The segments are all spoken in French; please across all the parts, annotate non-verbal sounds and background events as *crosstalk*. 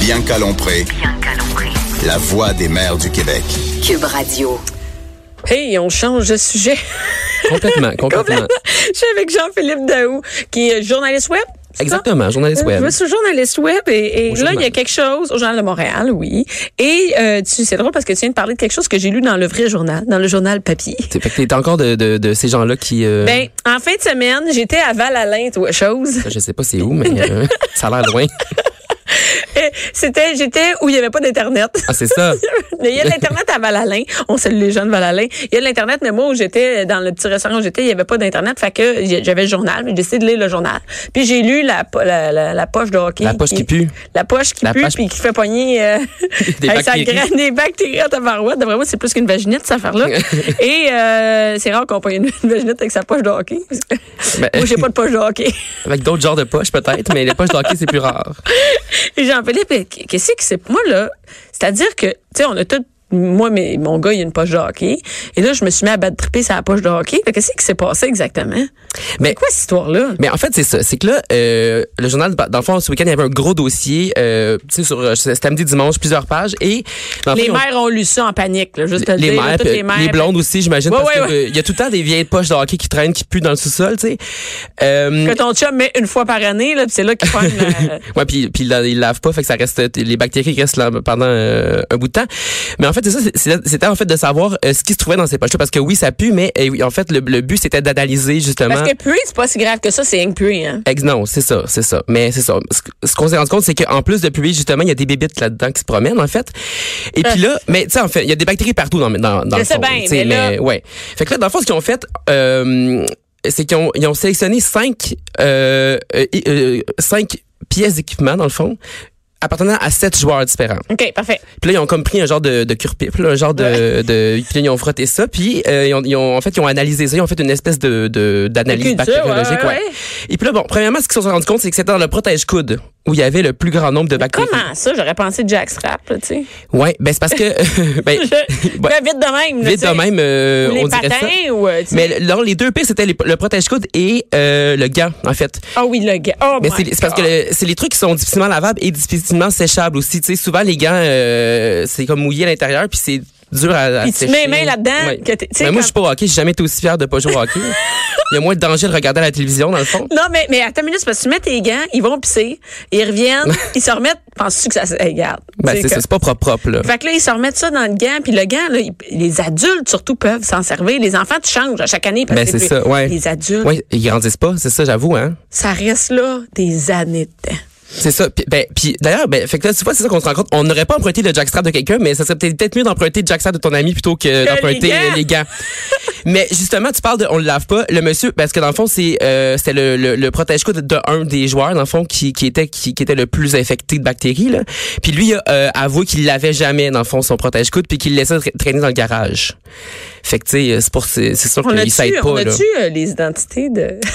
Bien calompré, Bien calompré. la voix des mères du Québec. Cube Radio. Hey, on change de sujet. *laughs* Complètement, complètement. Je suis avec Jean-Philippe Daou, qui est journaliste web. c'est ça? Euh, Exactement, journaliste Je web. suis journaliste web et, et Au là, il y a journal. quelque chose au Journal de Montréal, oui. Et euh, tu, c'est drôle parce que tu viens de parler de quelque chose que j'ai lu dans le vrai journal, dans le journal papier. T'es- Fait que t'es encore de, de, de ces gens-là qui... euh, Ben, en fin de semaine, j'étais à Val-Alain, toi, chose. *laughs* Je sais pas c'est où, mais euh, *laughs* ça a l'air loin. Et C'était, j'étais où il n'y avait pas d'Internet. Ah, c'est ça. Mais il y a de l'Internet à Val-Alain. On salue les jeunes Val-Alain. Il y a de l'Internet, mais moi, où j'étais, dans le petit restaurant où j'étais, il n'y avait pas d'Internet. Fait que y- j'avais le journal, mais j'ai décidé de lire le journal. Puis j'ai lu la, po- la, la- la poche de hockey. La poche *laughs* qui pue. La poche qui La pue, poche- puis qui fait pogner euh, *laughs* Des avec sa bactéries. graine- des bactéries à tabarouette. D'après moi, c'est plus qu'une vaginette, cette *laughs* affaire-là. Et euh, c'est rare qu'on pogne *laughs* une vaginette avec sa poche de hockey. Ben, moi, j'ai pas de poche de hockey. Avec d'autres genres de poches, peut-être, mais les poches de hockey, c'est plus rare. Et Jean-Philippe, eh, qu'est-ce que c'est? Moi, là, c'est-à-dire que, tu sais, on a tout. Moi, mais mon gars, il a une poche de hockey. Et là, je me suis mis à battre triper sa poche de hockey. Fait que Qu'est-ce qui s'est passé exactement? Mais- Mais quoi, cette histoire-là? Mais en fait, c'est ça. C'est que là, euh, le journal, dans le fond, ce week-end, il y avait un gros dossier, euh, tu sais, sur euh, samedi, dimanche, plusieurs pages. Et dans le Les fond, ils ont- mères ont lu ça en panique, là, juste te le les dire, là, mères, toutes puis les mères. les blondes aussi, j'imagine, Ouais, parce ouais, que, euh, il y a tout le temps des vieilles poches de hockey qui traînent, qui puent dans le sous-sol, tu sais. Euh, Que ton chum met une fois par année, là, puis c'est là euh, qu'ils prennent. *laughs* la- Ouais, puis puis il la- il lave pas, fait que ça reste les bactéries restent là pendant euh, un bout de temps. Mais en fait, c'est ça, c'est- c'est- c'était en fait de savoir euh, ce qui se trouvait dans ces poches parce que oui, ça pue, mais euh, oui, en fait, le, le but c'était d'analyser justement. Parce que puer, c'est pas si grave que ça, c'est un puer, hein. Ex- Non, c'est ça, c'est ça. Mais c'est ça. Ce que- Ce qu'on s'est rendu compte, c'est qu'en plus de publier, justement, il y a des bébites là-dedans qui se promènent, en fait. Et puis là, mais tu sais, en fait, il y a des bactéries partout dans, dans, dans Ah. Je le sais fond, bien, tu sais, mais là- ouais. Fait que là, dans le fond, ce qu'ils ont fait, euh, c'est qu'ils ont, ils ont sélectionné cinq, euh, euh, euh, cinq pièces d'équipement, dans le fond, appartenant à sept joueurs différents. OK, parfait. Puis là, ils ont comme pris un genre de, de cure-pipe, là, un genre de, de... Puis là, ils ont frotté ça, puis euh, ils, ont, ils ont- en fait, ils ont analysé ça, ils ont fait une espèce de de- d'analyse De culture, bactériologique. ouais, Ouais, ouais, ouais. Et puis là, bon, premièrement, ce qu'ils se sont rendus compte, c'est que c'était dans le protège-coude où il y avait le plus grand nombre de bactéries. Comment ça? J'aurais pensé Jack Strap, là, tu *laughs* sais. Ouais, ben c'est parce que... *laughs* ben, Je- ouais, Ben, vite de même, là, vite tu sais. de même, euh, Ou les on dirait ça. patins, ou. euh, tu sais. Mais dans les deux pires, c'était les- le protège-coude et euh, le gant, en fait. Ah oui, le gars. Oh, Mais my c'est c'est parce que God. le- c'est les trucs qui sont difficilement lavables et difficilement séchables aussi. Tu sais, souvent les gants, euh, c'est comme mouillé à l'intérieur, puis c'est dur à, à Puis tu sécher. mets les mains là-dedans, Ouais. que t'es- tu sais, Mais moi, comme- je suis pas au hockey. J'ai jamais été aussi fier de pas jouer *laughs* au hockey. Il y a moins de danger de regarder à la télévision, dans le fond. Non, mais, mais attends une minute, c'est parce que tu mets tes gants, ils vont pisser, ils *laughs* reviennent, ils se remettent. Penses-tu que ça se. Hey, regarde. Ben, Tu sais c'est ça, que- Ben, c'est pas propre, propre, là. Fait que là, ils se remettent ça dans le gant, puis le gant, là, ils- les adultes surtout peuvent s'en servir. Les enfants, tu changes à chaque année. Parce Ben, que c'est plus- ça, ouais. Les adultes, Ouais, ils grandissent pas, c'est ça, j'avoue, hein. ça reste là des années de temps. C'est ça. Puis, ben, puis d'ailleurs, ben, fait que là, tu vois, c'est ça qu'on se rend compte. On n'aurait pas emprunté le jackstrap de quelqu'un, mais ça serait peut-être peut-être mieux d'emprunter le jackstrap de ton ami plutôt que, d'emprunter les gants. euh, les gants. *laughs* mais justement, tu parles de, on le lave pas. Le monsieur, parce que dans le fond, c'est, euh, c'était le, le, le protège-coup de, de un des joueurs, dans le fond, qui, qui était, qui, qui était le plus infecté de bactéries, là. Puis lui, il a euh, avoué qu'il l'avait jamais, dans le fond, son protège-coude, puis qu'il le laissait tra- traîner dans le garage. Fait que, tu sais, euh, c'est pour, c'est c'est sûr On qu'il a-tu s'aide on pas, là. a-tu, euh, les identités de. *laughs*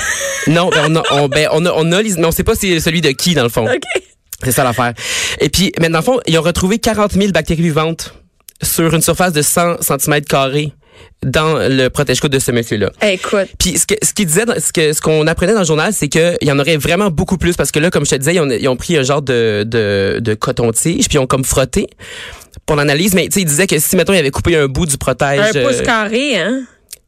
Non, ben, on a, on, ben, on a, on a, les- mais on sait pas si c'est celui de qui, dans le fond. OK. C'est ça l'affaire. Et puis, mais dans le fond, ils ont retrouvé 40 000 bactéries vivantes sur une surface de 100 cm dans le protège-coude de ce monsieur-là. Écoute. Puis ce que ce qu'il disait, dans- ce que ce qu'on apprenait dans le journal, c'est que il y en aurait vraiment beaucoup plus parce que là, comme je te disais, ils ont, ils ont pris un genre de de, de coton-tige puis ils ont comme frotté pour l'analyse. Mais tu sais, il disait que si mettons il avait coupé un bout du protège, Un pouce euh, carré, hein?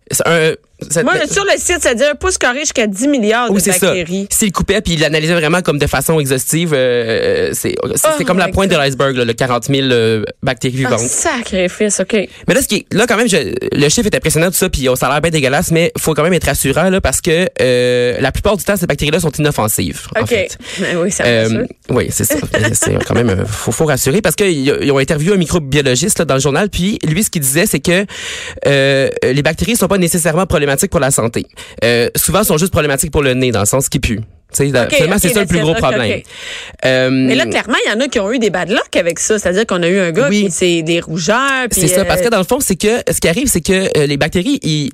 c'est un, ça- Moi, sur le site, ça dit un pouce carré jusqu'à 10 milliards Ben, oui, de Oh, c'est ça. bactéries. S'il coupait puis il l'analysait vraiment comme de façon exhaustive, euh, c'est c'est- c'est Oh comme la my pointe God. de l'iceberg, là, le 40 000 euh, bactéries Ah, vivantes. sacrifice, OK. Mais là, ce qui est- là quand même, je- le chiffre est impressionnant, tout ça, puis on ça a l'air bien dégueulasse, mais faut quand même être rassurant là, parce que euh, la plupart du temps, ces bactéries-là sont inoffensives. En OK. fait. Ben oui, ça me rassure. Euh, oui, c'est ça. *laughs* c'est quand même euh, faut, faut rassurer parce qu'ils ont interviewé un microbiologiste là, dans le journal, puis lui ce qu'il disait c'est que euh, les bactéries sont pas nécessairement problématiques pour la santé. Euh, souvent, elles sont juste problématiques pour le nez dans le sens qui pue. Tu sais, là, Ok, finalement, ok, c'est ça le plus d'accord, gros ok, problème. ok. Euh, Mais là, clairement, il y en a qui ont eu des bad luck avec ça. C'est-à-dire qu'on a eu un gars Oui. qui c'est des rougeurs. puis, C'est ça, parce que euh, dans le fond, c'est que ce qui arrive, c'est que euh, les bactéries, ils,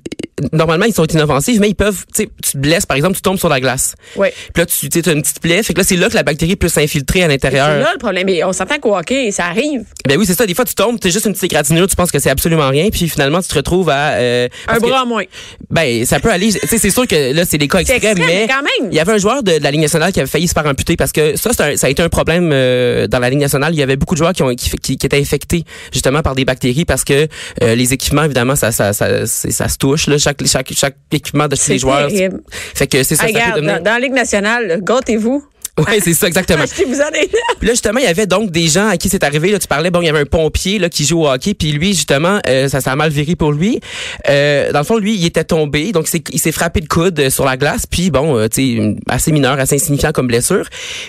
normalement, ils sont inoffensives, mais ils peuvent, tu sais, tu te blesses, par exemple, tu tombes sur la glace. Ouais. Puis là, tu as une petite plaie, fait que là, c'est là que la bactérie peut s'infiltrer à c'est l'intérieur. là le problème. Mais on s'entend qu'au hockey, ça arrive. Ben oui, c'est ça. Des fois, tu tombes, t'es juste une petite égratignure, tu penses que c'est absolument rien, puis finalement, tu te retrouves à euh, Un parce que- bras en moins. Ben, ça peut aller. Tu sais, c'est sûr que là, c'est des cas C'est extrêmes, extrême, mais mais quand même. il y avait un joueur de, de la Ligue nationale qui avait failli se faire amputer parce que ça, c'est un- ça a été un problème euh, dans la Ligue nationale. Il y avait beaucoup de joueurs qui, ont, qui, qui- qui étaient infectés justement par des bactéries parce que euh, les équipements, évidemment, ça, ça, ça, c'est- ça se touche. Là. Chaque, chaque, chaque équipement de tous C'est les joueurs. terrible. Fait que c'est ça, Ah, ça peut regarde, devenir- dans, dans la Ligue nationale, gâtez-vous. *laughs* Ouais, c'est ça, exactement. Achetez-vous en des Puis là, justement, il y avait donc des gens à qui c'est arrivé. Là, tu parlais, bon, il y avait un pompier là, qui joue au hockey, puis lui, justement, euh, ça s'est mal viré pour lui. Euh, dans le fond, lui, il était tombé, donc c'est- il s'est frappé de coude euh, sur la glace, puis bon, euh, tu sais, assez mineur, assez insignifiant comme blessure.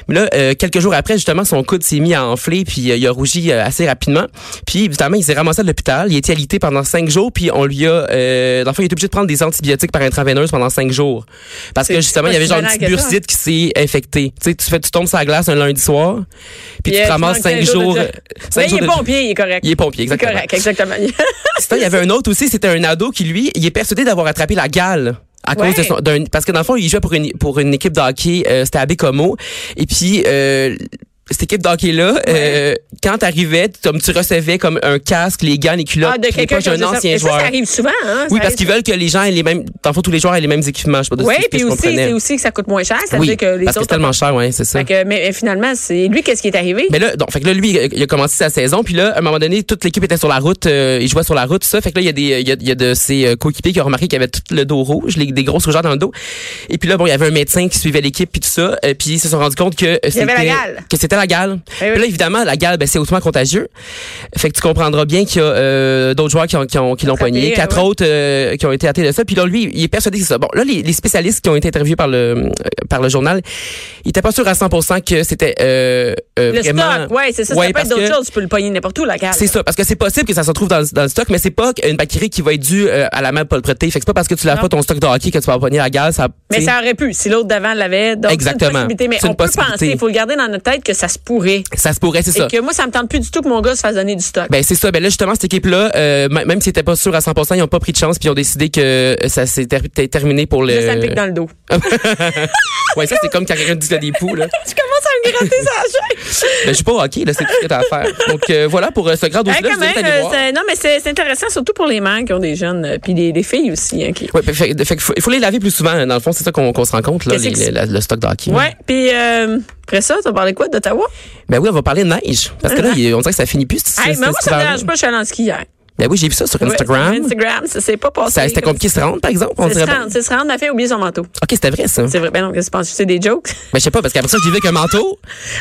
Mais là, euh, quelques jours après, justement, son coude s'est mis à enfler, puis euh, il a rougi euh, assez rapidement. Puis, évidemment, il s'est ramassé à l'hôpital. Il a été alité pendant cinq jours, puis on lui a... Euh, dans le fond, il était obligé de prendre des antibiotiques par intraveineuse pendant cinq jours. Parce que, C'est justement, pas il y avait si genre une banal petite que ça. bursite qui s'est infectée. Tu sais, tu fais, tu tombes sur la glace un lundi soir, Il puis y tu a- te ramasses tu cinq manques cinq jours. jours de euh, job. cinq Mais il jours est de- pompier, il est correct. Il est Il pompier, est exactement. correct, *laughs* exactement. Sinon, il y avait un autre aussi, c'était un ado qui, lui, il est persuadé d'avoir attrapé la gale. À Ouais. cause de son, d'un, parce que dans le fond, il jouait pour une, pour une équipe de hockey, euh, c'était à Bécomo. Et puis, euh, cette équipe de hockey là, euh, quand t'arrivais, comme tu recevais comme un casque, les gants, les culottes, Ah, de puis les quelqu'un poches qui d'un a ancien Et ça, joueur. ça arrive souvent. Hein? oui, parce qu'ils veulent que les gens aient les mêmes, dans le fond, tous les joueurs aient les mêmes équipements. Je sais pas Oui, si c'est ce que puis je aussi, comprenais. c'est aussi que ça coûte moins cher. Ça veut oui, dire que les parce que c'est autres. tellement cher, ouais, c'est ça. Fait que, mais, mais finalement, c'est lui, qu'est-ce qui est arrivé? Mais là, donc, fait que là, lui, il a commencé sa saison, puis là, à un moment donné, toute l'équipe était sur la route, euh, il jouait sur la route, tout ça. Fait que là, il y a des, il y a, il y a de ses euh, coéquipiers qui ont remarqué qu'il avait tout le dos rouge, les- des grosses rougeurs dans le dos. Et puis là, bon, il y avait un médecin qui suivait l'équipe, puis tout ça, euh, puis ils se sont rendus compte que c'était avait la gale. que c'était la gale. Eh oui. Puis là, évidemment, la gale, ben, c'est hautement contagieux. Fait que tu comprendras bien qu'il y a euh, d'autres joueurs qui ont, qui ont, qui l'ont Attrapé, pogné, euh, quatre ouais. autres euh, qui ont été atteints de ça. Puis là, lui, il est persuadé que c'est ça. Bon, là, les, les spécialistes qui ont été interviewés par le euh, par le journal, ils étaient pas sûrs à 100% que c'était euh, euh, Le vraiment. stock, oui, c'est ça. ça Ouais, peut parce être d'autres que- choses. Tu peux le pogner n'importe où, la carte. C'est ça, parce que c'est possible que ça se retrouve dans, le- dans le stock, mais c'est pas une bactérie qui va être due euh, à la même propreté. Fait que c'est pas parce que tu laves Non. pas ton stock de hockey que tu vas empoigner la gaz. Ça, Mais t'sais, ça aurait pu, si l'autre d'avant l'avait. Donc, Exactement. C'est une possibilité. Mais C'est on une peut penser, possibilité. il faut le garder dans notre tête que ça se pourrait. ça se pourrait, c'est Et ça. que moi, ça me tente plus du tout que mon gars se fasse donner du stock. Ben c'est ça. Ben là justement cette équipe là, même s'ils étaient pas sûrs à 100%, ils ont pas pris de chance puis ils ont décidé que euh, ça s'est ter- ter- terminé pour le. Là, ça me pique dans le dos. *laughs* ouais ça c'est comme quand quelqu'un dit qu'il y a des poux là. tu commences à me gratter *laughs* sa chaîne. Ben, je suis pas au hockey là, c'est tout ce que t'as à faire. Donc euh, voilà pour euh, ce grand dossier Hey, là. quand même, euh, c'est- non, mais c'est c'est intéressant, surtout pour les mères qui ont des jeunes, euh, puis des, des filles aussi. Hein, qui... Ouais, ben, fait, fait que faut- il faut les laver plus souvent. hein. Dans le fond, c'est ça qu'on qu'on se rend compte, là, Qu'est-ce les- que c'est? les- la- le stock de hockey. là. Ouais, puis euh, après ça, t'as parlé quoi d'Ottawa? Ben oui, on va parler de neige. Parce que là, il- on dirait que ça finit plus. ce- Ah. Hey, ce- mais moi, cet ça me hiver-là. dérange pas, je suis allée en ski hier. Ben oui, j'ai vu ça sur Ouais, Instagram. sur Instagram, ça s'est pas passé. Ça- C'était compliqué de se rendre, par exemple. On C'est se dirait, ben, rendre, c'est se rendre, ma fille a oublié son manteau. OK, c'était vrai, ça. C'est vrai, ben non, qu'est-ce que tu penses? C'est des jokes. Ben, je sais pas, parce qu'après ça, j'y vais avec un manteau.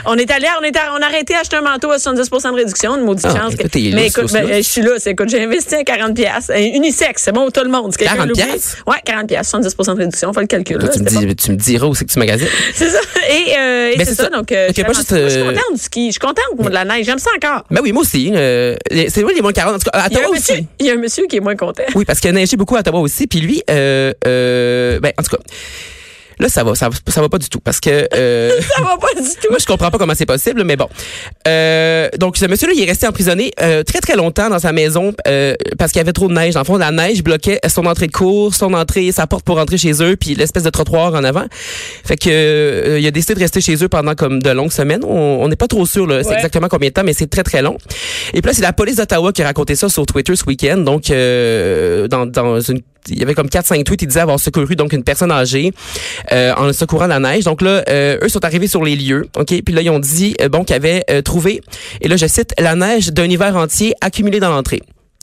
On est allé, on est à- on a arrêté d'acheter un manteau à 70 de réduction, une maudite Ah, chance. que- écoute, t'es lousse, mais écoute, lousse, ben, lousse. je suis là, c'est écoute, j'ai investi un 40 pièces, unisex, c'est bon tout le monde. Si quelqu'un 40 l'oublie- piastres? Ouais, 40 pièces, 70 de réduction, fait le calcul. Toi, là, tu, me c'était dis, tu me diras où c'est que tu magasines. pas- *laughs* C'est ça. Et, euh, et Ben, c'est c'est ça, ça. donc euh, Ok, je suis pas juste, vraiment- moi, je suis euh, contente du ski, je suis contente moi, de la neige, j'aime ça encore. Ben oui, moi aussi. euh, les- c'est moi les moins 40. En tout cas, à Il y, a Ottawa un monsieur, aussi. il y a un monsieur qui est moins content. *laughs* Oui, parce qu'il a neigé beaucoup à Ottawa aussi. Puis lui, euh, euh, ben, en tout cas, là, ça va, ça, va- ça va pas du tout. Parce que... *laughs* euh, Ça va pas du tout. Moi, je comprends pas comment c'est possible, mais bon. Euh, donc, ce monsieur-là, il est resté emprisonné euh, très, très longtemps dans sa maison euh, parce qu'il y avait trop de neige. Dans le fond, la neige bloquait son entrée de cours, son entrée, sa porte pour rentrer chez eux, puis l'espèce de trottoir en avant. Fait que euh, il a décidé de rester chez eux pendant comme de longues semaines. On on n'est pas trop sûr là, c'est Ouais. exactement combien de temps, mais c'est très, très long. Et puis là, c'est la police d'Ottawa qui a raconté ça sur Twitter ce week-end. Donc, euh, dans, dans une il y avait comme 4-5 tweets, ils disaient avoir secouru donc une personne âgée euh, en secourant la neige. Donc là, euh, eux sont arrivés sur les lieux, OK? Puis là, ils ont dit, euh, bon, qu'ils avaient euh, trouvé, et là, je cite, la neige d'un hiver entier accumulée dans l'entrée.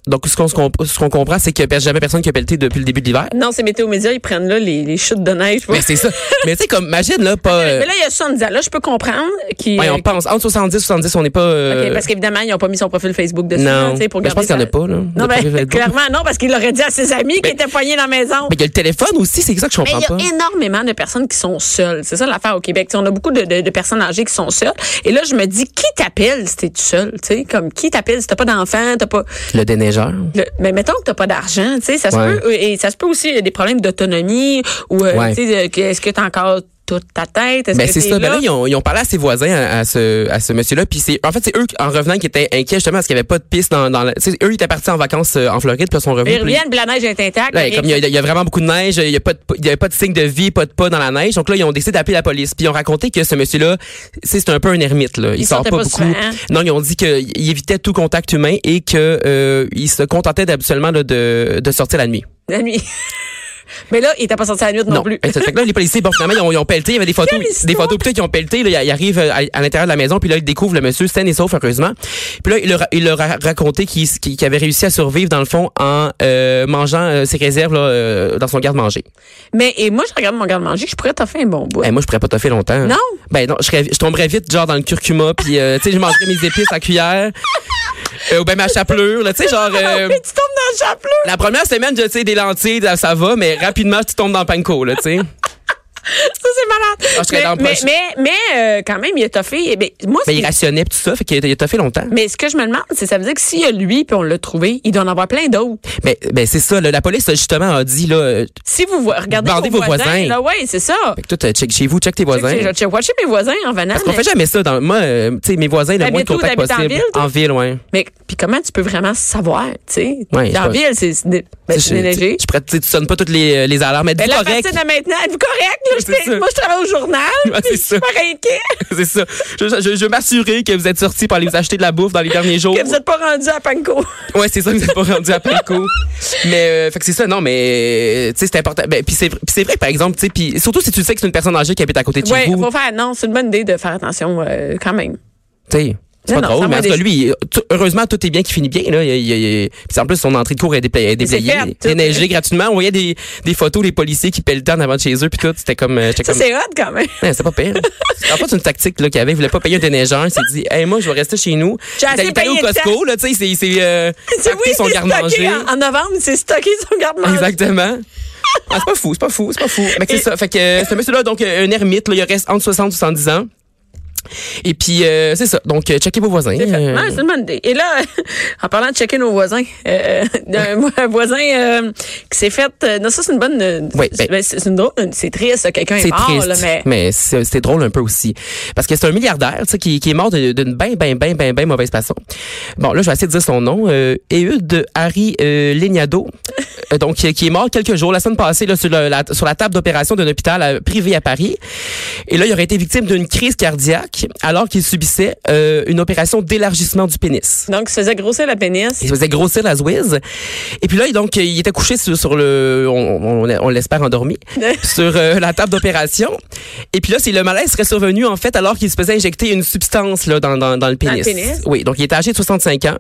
Donc, ce qu'on ce qu'on- ce qu'on comprend, c'est qu'il n'y a jamais personne qui a pelleté depuis le début de l'hiver. Non, c'est météo média, ils prennent là les, les chutes de neige. Mais Ben, *laughs* c'est ça. Mais tu sais, comme, imagine, là, pas... euh, Mais là, il y a 70 ans. Là, je peux comprendre qu'il. ouais, on pense, entre 70 70, on n'est pas... euh, OK, parce qu'évidemment, ils n'ont pas mis son profil Facebook dessus. là, non, tu sais, pour Ben, je pense qu'il n'y en garder a pas, là. Non, de ben, *laughs* profil Facebook. clairement, non, parce qu'il l'aurait dit à ses amis qui Ben, étaient poignés dans la maison. Mais il y a le téléphone aussi, c'est ça que je Mais comprends il y pas. a énormément de personnes qui sont seules. C'est ça l'affaire au Québec. Tu sais, on a beaucoup de, de- de personnes âgées qui sont seules. Et là, je me dis, qui t'appelle si t'es tout seul? Tu sais, comme, qui t'appelle si t'as pas d'enfant, t'as pas. Le déneigeur. Le- mais mettons que t'as pas d'argent, tu sais, ça se Ouais. peut. Et ça se peut aussi, il y a des problèmes d'autonomie ou, euh, Ouais. tu sais, euh, que- est-ce que t'as encore toute ta tête? Est-ce Ben que c'est t'es ça. Ben là? là, ils ont, ils ont parlé à ses voisins, à, à ce, à ce monsieur-là. Puis c'est, en fait, c'est eux qui- en revenant qui étaient inquiets justement parce qu'il n'y avait pas de piste dans, dans la- tu sais, eux ils étaient partis en vacances euh, en Floride puis ils sont revenus. Ils puis- reviennent, puis la neige est intacte. Là, rien comme il y, a, il y a vraiment beaucoup de neige, il n'y a pas de, il y avait pas de signe de vie, pas de pas dans la neige. Donc là, ils ont décidé d'appeler la police. Puis ils ont raconté que ce monsieur-là, c'est c'est un peu un ermite. Là. Il, Il sort sortait pas, pas beaucoup. souvent, hein? Non, ils ont dit qu'il évitait tout contact humain et que euh, il se contentait habituellement là, de, de sortir la nuit. La nuit. *laughs* Mais là, il était pas sorti la nuit non, plus. Et ça fait que là, les policiers, bon, finalement, ils ont, ils ont pelleté. Il y avait des photos, Quelle histoire! des photos peut-être qu'ils ont pelleté. Là, ils arrivent euh, à, à l'intérieur de la maison, puis là, ils découvrent le monsieur sain et sauf, heureusement. Puis là, il leur, a- il leur a raconté qu'il s- qu'il- qu'il avait réussi à survivre, dans le fond, en euh, mangeant euh, ses réserves là, euh, dans son garde-manger. Mais et moi, je regarde mon garde-manger, je pourrais t'offrir un bon bout. Eh, moi, je pourrais pas toffer longtemps. Non? Ben non, je, serais- je tomberais vite, genre, dans le curcuma, puis, euh, tu sais, je mangerais mes épices à cuillère. euh, ou ben ma chapelure, là, tu sais, genre... *laughs* euh, Mais tu tombes dans le chapelure. la première semaine, je tu sais, des lentilles, ça, ça va, mais rapidement, tu tombes dans le panko, là, tu sais. Ça, c'est Ah, je serais dans malade. le mais, proche. mais, mais, mais, euh, quand même, il a toffé. eh ben, moi, Ben, c'est- il rationnait pis tout ça, fait qu'il a- il a toffé longtemps. mais ce que je me demande, c'est ça veut dire que s'il y a lui, puis on l'a trouvé, il doit en avoir plein d'autres. Ben, ben c'est ça, là, la police, justement, a dit, là, euh, Si vous vo- regardez Bandez vos, vos voisins, voisins. là, ouais, c'est ça. fait que toi, t'as- check chez vous, check tes voisins. J'ai- J'ai j'ai watché mes voisins en venant. Parce qu'on mais- fait jamais ça. Dans, moi, euh, tu sais, mes voisins, le T'habites moins de où? contact T'habites en possible. ville, toi? en ville, ouais. Mais puis comment tu peux vraiment savoir, tu sais? Ouais, Dans la c'est ville, c'est c'est dé- ben, Tu c'est sais, je- déneigé. je- je prête- tu sais, tu sonnes pas toutes les, euh, les alarmes, mais Ben dis là, à correct. partir de maintenant, êtes-vous correct? Là, Je *laughs* C'est fais- ça. moi, je travaille au journal. Ouais, puis c'est je suis ça. super inquiet *laughs* c'est ça. Je, je, je veux m'assurer que vous êtes sortis pour aller vous acheter de la bouffe dans les derniers jours. *laughs* que vous n'êtes pas rendu à Panko. Ouais, c'est ça, vous n'êtes pas rendu à Panko. mais euh, fait que c'est ça, non, mais euh, tu sais, c'est important. Ben, puis c'est puis c'est vrai, par exemple, tu sais, puis surtout si tu sais que c'est une personne âgée qui habite à côté de chez Oui, vous. faut faire. Non, c'est une bonne idée de faire attention euh, quand même. Tu sais, C'est Non, pas non, ça drôle, mais en va tout cas, des- lui, tout- heureusement, tout est bien qui finit bien. Là. Il, il- il- puis en plus, son entrée de cours est dépla- est déplayée, fait, tout. déneigée gratuitement. On voyait des, des photos, les policiers qui pelletaient en avant de chez eux, puis tout. C'était comme. euh, j'étais Ça, comme, c'est hot quand même. *laughs* Ouais, c'est pas pire. en fait, c'est une tactique là, qu'il avait. Il voulait pas payer un déneigeur. Il s'est dit, hey, moi, je vais rester chez nous. J'ai assez Il est allé au payé de Costco, là, tu sais, il s'est- il *laughs* s'est euh, C'est acheté son c'est stocké garde-manger. en, en novembre, c'est stocké son garde-manger. Exactement. Ah, c'est pas fou, c'est pas fou, c'est pas fou. Mais c'est ça. Fait que euh, ce monsieur-là, donc, euh, un ermite, là, il reste entre 60 et 70 ans. Et puis, euh, c'est ça. Donc, euh, checkez vos voisins. C'est fait. Euh, Non, c'est une bonne idée. Et là, *laughs* en parlant de checker nos voisins, euh, d'un vo- un voisin euh, qui s'est fait. euh, non, ça, c'est une bonne. euh, Oui, c'est- ben- ben, c'est c'est une drôle. C'est triste, quelqu'un est, C'est mort, triste, là, mais. c'est c'est drôle un peu aussi. Parce que c'est un milliardaire tu sais, qui, qui est mort de- d'une ben, ben, ben, ben, ben mauvaise façon. Bon, là, je vais essayer de dire son nom. Euh, Ehud Harry euh, Legnado, euh, donc, euh, qui est mort quelques jours, la semaine passée, là, sur, le- la, sur la table d'opération d'un hôpital euh, privé à Paris. Et là, il aurait été victime d'une crise cardiaque alors qu'il subissait euh, une opération d'élargissement du pénis. Donc, il se faisait grossir la pénis. Il se faisait grossir la zouise. Et puis là, il- donc, il était couché sur, sur le, on, on- on l'espère *laughs* endormi, sur euh, la table d'opération. Et puis là, c'est le malaise serait survenu, en fait, alors qu'il se faisait injecter une substance, là, dans, dans, dans le pénis. pénis? Oui. Donc, il était âgé de 65 ans.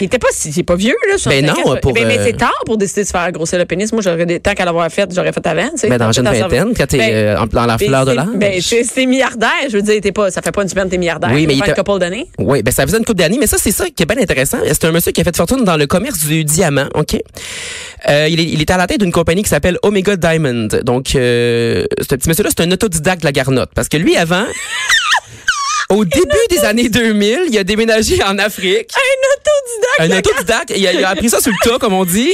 Il était pas, si- il est pas vieux, là. Ben 75, non, ça- pour, Ben, mais euh, c'est tard pour décider de se faire grossir le pénis. Moi, j'aurais des- tant qu'à l'avoir fait, j'aurais fait avant, tu sais. Mais Ben, dans la jeune Tant qu'à vingtaine, savoir- quand t'es Ben, euh, en- dans la ben, fleur de c'est- l'âge. Ben, c'est c'est milliardaire. Je veux dire, t'es pas, ça fait pas une semaine que t'es milliardaire. Oui, Ça mais fait il un était- couple d'années. Oui, ben ça faisait une coupe d'années, mais ça, c'est ça qui est bien intéressant. C'est un monsieur qui a fait fortune dans le commerce du diamant, OK? Euh, il, est, il est à la tête d'une compagnie qui s'appelle Omega Diamond. Donc, euh, ce petit monsieur-là, c'est un autodidacte de la garnotte. Parce que lui, avant, *laughs* au début des années 2000, il a déménagé en Afrique. Un autodidacte. Un la autodidacte, il a, il a appris ça sur le tas, comme on dit.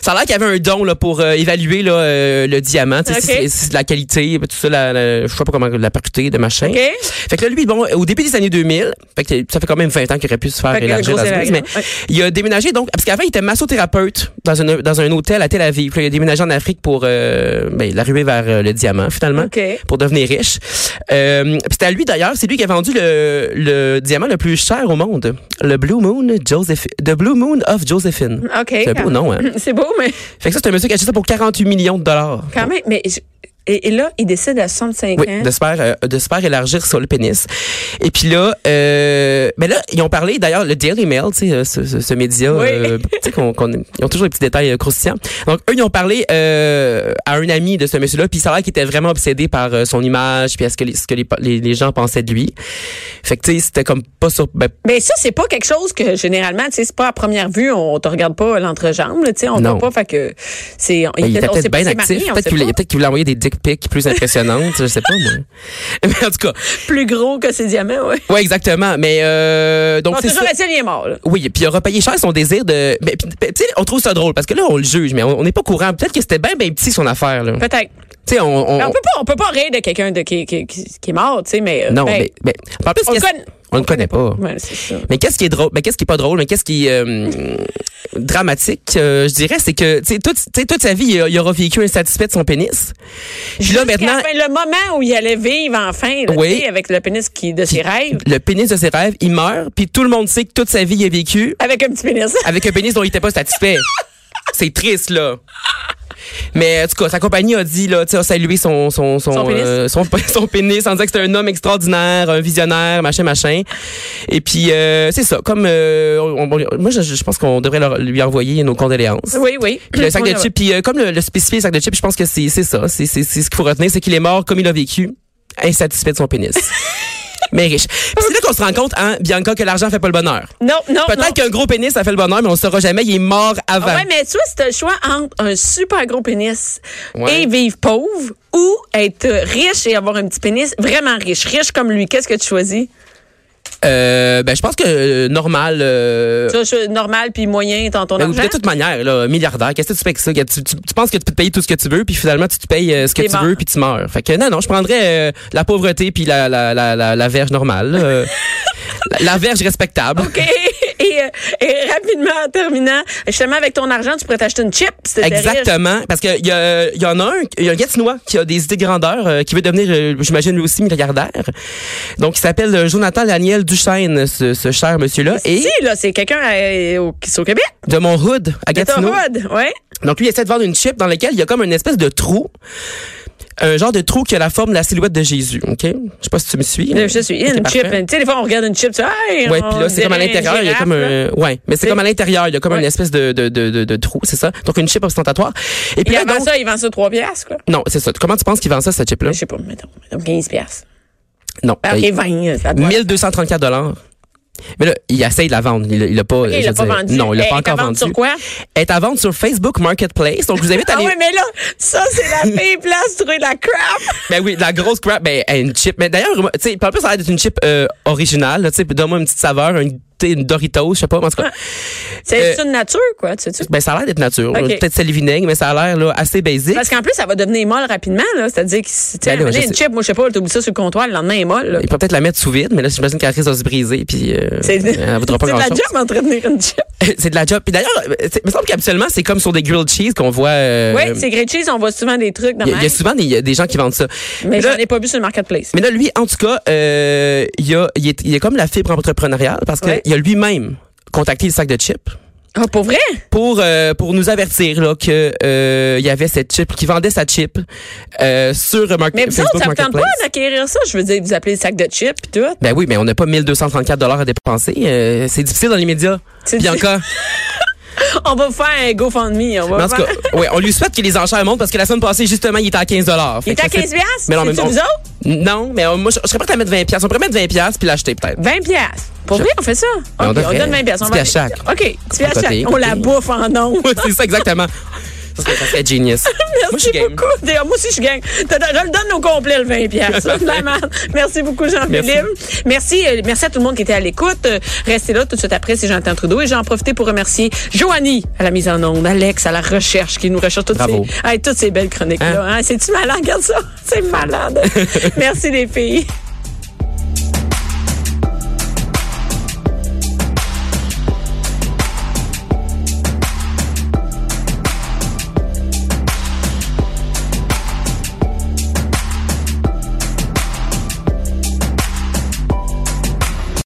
Ça a l'air qu'il avait un don là, pour euh, évaluer là, euh, le diamant, tu sais, OK. si c'est- si c'est de la qualité, tout ça, la, la- je sais pas comment la parcuter, de machin. OK. Fait que là, lui, bon, au début des années 2000, fait que ça fait quand même 20 ans qu'il aurait pu se faire Fait que élargir le gros la zone, élargissement. mais Ouais. il a déménagé donc, parce qu'avant, il était massothérapeute dans un, dans un hôtel à Tel Aviv. Puis là, il a déménagé en Afrique pour euh, ben, l'arriver vers euh, le diamant, finalement, OK. pour devenir riche. Euh, puis c'était à lui, d'ailleurs, c'est lui qui a vendu le, le diamant le plus cher au monde, le Blue Moon Joseph, The Blue Moon of Josephine. OK. C'est *laughs* beau, non, hein? C'est beau, mais Fait que ça, c'est un monsieur qui a acheté ça pour 48 millions de dollars. quand même. Mais je- et, et là, il décide à 65 Oui, ans. de se faire euh, de se faire élargir sur le pénis. Et puis là, euh, mais là ils ont parlé d'ailleurs le Daily Mail, tu sais, euh, ce, ce- ce média, Oui. euh, tu sais qu'on, qu'on- ils ont toujours des petits détails euh, croustillants. Donc eux ils ont parlé euh, à un ami de ce monsieur-là, puis ça a l'air qu'il était vraiment obsédé par euh, son image, puis à ce que les, ce que les, les, les gens pensaient de lui. Fait que tu sais, c'était comme pas sur. ben, Mais ça, c'est pas quelque chose que généralement, tu sais, c'est pas à première vue, on te regarde pas l'entrejambe, là, tu sais, on Non. voit pas, fait que c'est. on- Ben, il était on peut-être sait pas bien s'il est marié, on actif. Peut-être sait qu'il, voulait, pas. peut-être qu'il voulait envoyer des dick pics plus impressionnantes. je sais pas, moi. *laughs* Mais en tout cas. plus gros que ses diamants, oui. Ouais, exactement. Mais, euh, donc, Bon, c'est toujours ça. est-il, il est mort, là. Oui, puis il aura payé cher son désir de. ben, Mais, puis- puis, tu sais, on trouve ça drôle parce que là, on le juge, mais on on n'est pas courant. Peut-être que c'était bien, bien petit son affaire. Là. Peut-être. Tu sais, on, on- Mais On peut pas, on peut pas rire de quelqu'un de qui, qui, qui, qui est mort, tu sais, mais. euh, non, ben, mais, mais- en plus, on, le qu'est-ce- conna- on le connaît pas. Ouais, c'est ça. Mais qu'est-ce qui est drôle, mais qu'est-ce qui est pas drôle, mais qu'est-ce qui est euh, dramatique, euh, je dirais, c'est que tu sais toute, tu sais, toute sa vie, il, a- il aura vécu insatisfait de son pénis. Puis là Jusqu'à maintenant, la fin, le moment où il allait vivre enfin, là, Oui. tu sais, avec le pénis qui, de ses rêves, le pénis de ses rêves, il meurt, puis tout le monde sait que toute sa vie il a vécu avec un petit pénis. *laughs* avec un pénis dont il était pas satisfait. c'est triste là. Mais en tout cas, sa compagnie a dit là, tu sais, a salué son son son euh, Son pénis. son, son pénis en disant que c'était un homme extraordinaire, un visionnaire, machin machin. Et puis euh, c'est ça, comme euh, on- on- moi je, je pense qu'on devrait leur- lui envoyer nos condoléances. Oui, oui. Puis le sac de On a- chips, puis euh, comme le, le spécifié sac de chips, je pense que c'est c'est ça, c'est c'est c'est ce qu'il faut retenir, c'est qu'il est mort comme il a vécu, insatisfait de *laughs* son pénis. mais riche. Puis c'est là qu'on se rend compte, hein, Bianca, que l'argent fait pas le bonheur. Non, non. non. Peut-être qu'un gros pénis, ça fait le bonheur, mais on ne saura jamais, il est mort avant. Ah ouais, mais tu vois, c'est un choix entre un super gros pénis Ouais. et vivre pauvre ou être riche et avoir un petit pénis vraiment riche. Riche comme lui, qu'est-ce que tu choisis? Euh, ben, je pense que euh, normal. Euh, Tu vois, je- normal puis moyen dans ton ben, argent? de toute manière, là, milliardaire, qu'est-ce que tu fais avec ça? Que Tu, tu- tu penses que tu peux te payer tout ce que tu veux, puis finalement, tu te payes euh, ce que T'es tu mort. veux, puis tu meurs. Fait que non, non, je prendrais euh, la pauvreté, puis la, la, la, la, la verge normale. *laughs* euh, la, la verge respectable. OK. *laughs* Et, euh, et rapidement, en terminant, justement, avec ton argent, tu pourrais t'acheter une chip. si t'étais riche. Exactement, parce que il y, a- il y en a un, il y a un Gatinois qui a des idées de grandeur, euh, qui veut devenir, euh, j'imagine lui aussi milliardaire. Donc il s'appelle euh, Jonathan Daniel Duchesne, ce, ce cher monsieur-là, et Si, là, c'est quelqu'un à- au- qui est au Québec. de mon hood à C'est un Gatineau. hood, ouais. Donc lui il essaie de vendre une chip dans laquelle il y a comme une espèce de trou, un genre de trou qui a la forme de la silhouette de Jésus. Ok, je sais pas si tu me suis. Là, Je suis Ok, une parfait. chip. Tu sais, des fois, on regarde une chip, tu vois, hey, Ouais, on puis là c'est comme à dirait une l'intérieur, il y a girafe, comme là. un ouais, mais c'est C'est- comme à l'intérieur, il y a comme Ouais. une espèce de de, de, de, de trou, c'est ça. Donc une chip ostentatoire. Et puis Puis là, avant donc- ça, il vend ça 3 piastres, quoi. non, c'est ça. Comment tu penses qu'il vend ça cette chip là Je sais pas, mettons, mettons 15 piastres. Non. Ah, OK, Hey, 20. euh, ça doit être. 1234 dollars. Mais là, il essaye de la vendre. Il il l'a pas. Ok, je il l'a veux pas dire, vendu. Non, il l'a Eh, pas t'as encore vendu vendu. sur quoi? Elle est à vendre sur Facebook Marketplace. Donc, je vous invite à Ah aller. oui, mais là, ça, c'est la *laughs* pire place de trouver de la crap. Ben oui, de la grosse crap. Ben, elle, une chip. Mais d'ailleurs, moi, tu sais, en plus, ça a l'air d'être une chip euh, originale. là, Tu sais, donne-moi une petite saveur, une, tu sais, une Doritos, je sais pas. mais En tout cas, C'est Euh, une nature, quoi, tu sais-tu? ben, ça a l'air d'être nature. Ok. Peut-être c'est le vinaigre, mais ça a l'air là, assez basique. Parce qu'en plus, ça va devenir molle rapidement, là. C'est-à-dire que si tu Ben là, as je une sais. chip, moi, je sais pas, t'oublies ça sur le comptoir, le lendemain, elle est molle, là. Il peut peut-être la mettre sous vide, mais là, j'imagine qu'elle risque de se briser. Puis, euh, C'est c'est elle de voudra pas la grand-chose. job entretenir une chip. *laughs* c'est de la job. Puis d'ailleurs, euh, c'est- il me semble qu'habituellement, c'est comme sur des grilled cheese qu'on voit. euh, oui, c'est great cheese, on voit souvent des trucs dans Il y, a- il y a même. souvent des, il y a des gens qui vendent ça. Mais là, j'en ai pas vu sur le marketplace. mais là, lui, en tout cas, euh, il y a, il est- il y a comme la fibre entrepreneuriale parce qu'il Ouais. a lui-même contacté le sac de chips Ah, pour vrai? pour euh, pour nous avertir là que euh, il y avait cette chip qui vendait sa chip euh, sur euh, Mark- Mais vous autres, Facebook ça vous tente Marketplace. pas d'acquérir ça? Je veux dire, vous appelez le sac de chips et tout. Ben oui, mais on n'a pas 1234 dollars à dépenser, euh, c'est difficile dans les médias. C'est Bianca. On va vous faire un GoFundMe. On Mais va en vous tout cas, faire- ouais, on lui souhaite que les enchères montent parce que la semaine passée justement, il était à 15 dollars. Il est à 15 piastres? Mais non, mais C'est-tu on- vous autres? Non, mais euh, moi je je serais prêt à mettre 20 pièces. On pourrait mettre 20 pièces puis l'acheter peut-être. *laughs* 20 piastres. Pour Je- vrai, on fait ça? Mais on Ok, devrait. donne 20 piastres. on Petit va- à chaque. OK, tu à Écoutez, chaque. On la écoutez. bouffe en nom. Ouais, c'est ça, exactement. Ça serait, ça serait *laughs* genius. Moi, je Merci suis game. beaucoup. D'ailleurs, Moi aussi, je gagne. Je le donne au complet, le 20 *laughs* piastres. Vraiment. Merci beaucoup, Jean-Philippe. Merci. euh, Merci à tout le monde qui était à l'écoute. Euh, Restez là tout de suite après, c'est Jonathan Trudeau. Et j'en profite pour remercier Joanie à la mise en onde, Alex à la recherche qui nous recherche toutes, Bravo. hein. *laughs* ces, hey, toutes ces belles chroniques-là. hein. C'est-tu malade? Regarde ça. C'est malade. Merci, les filles.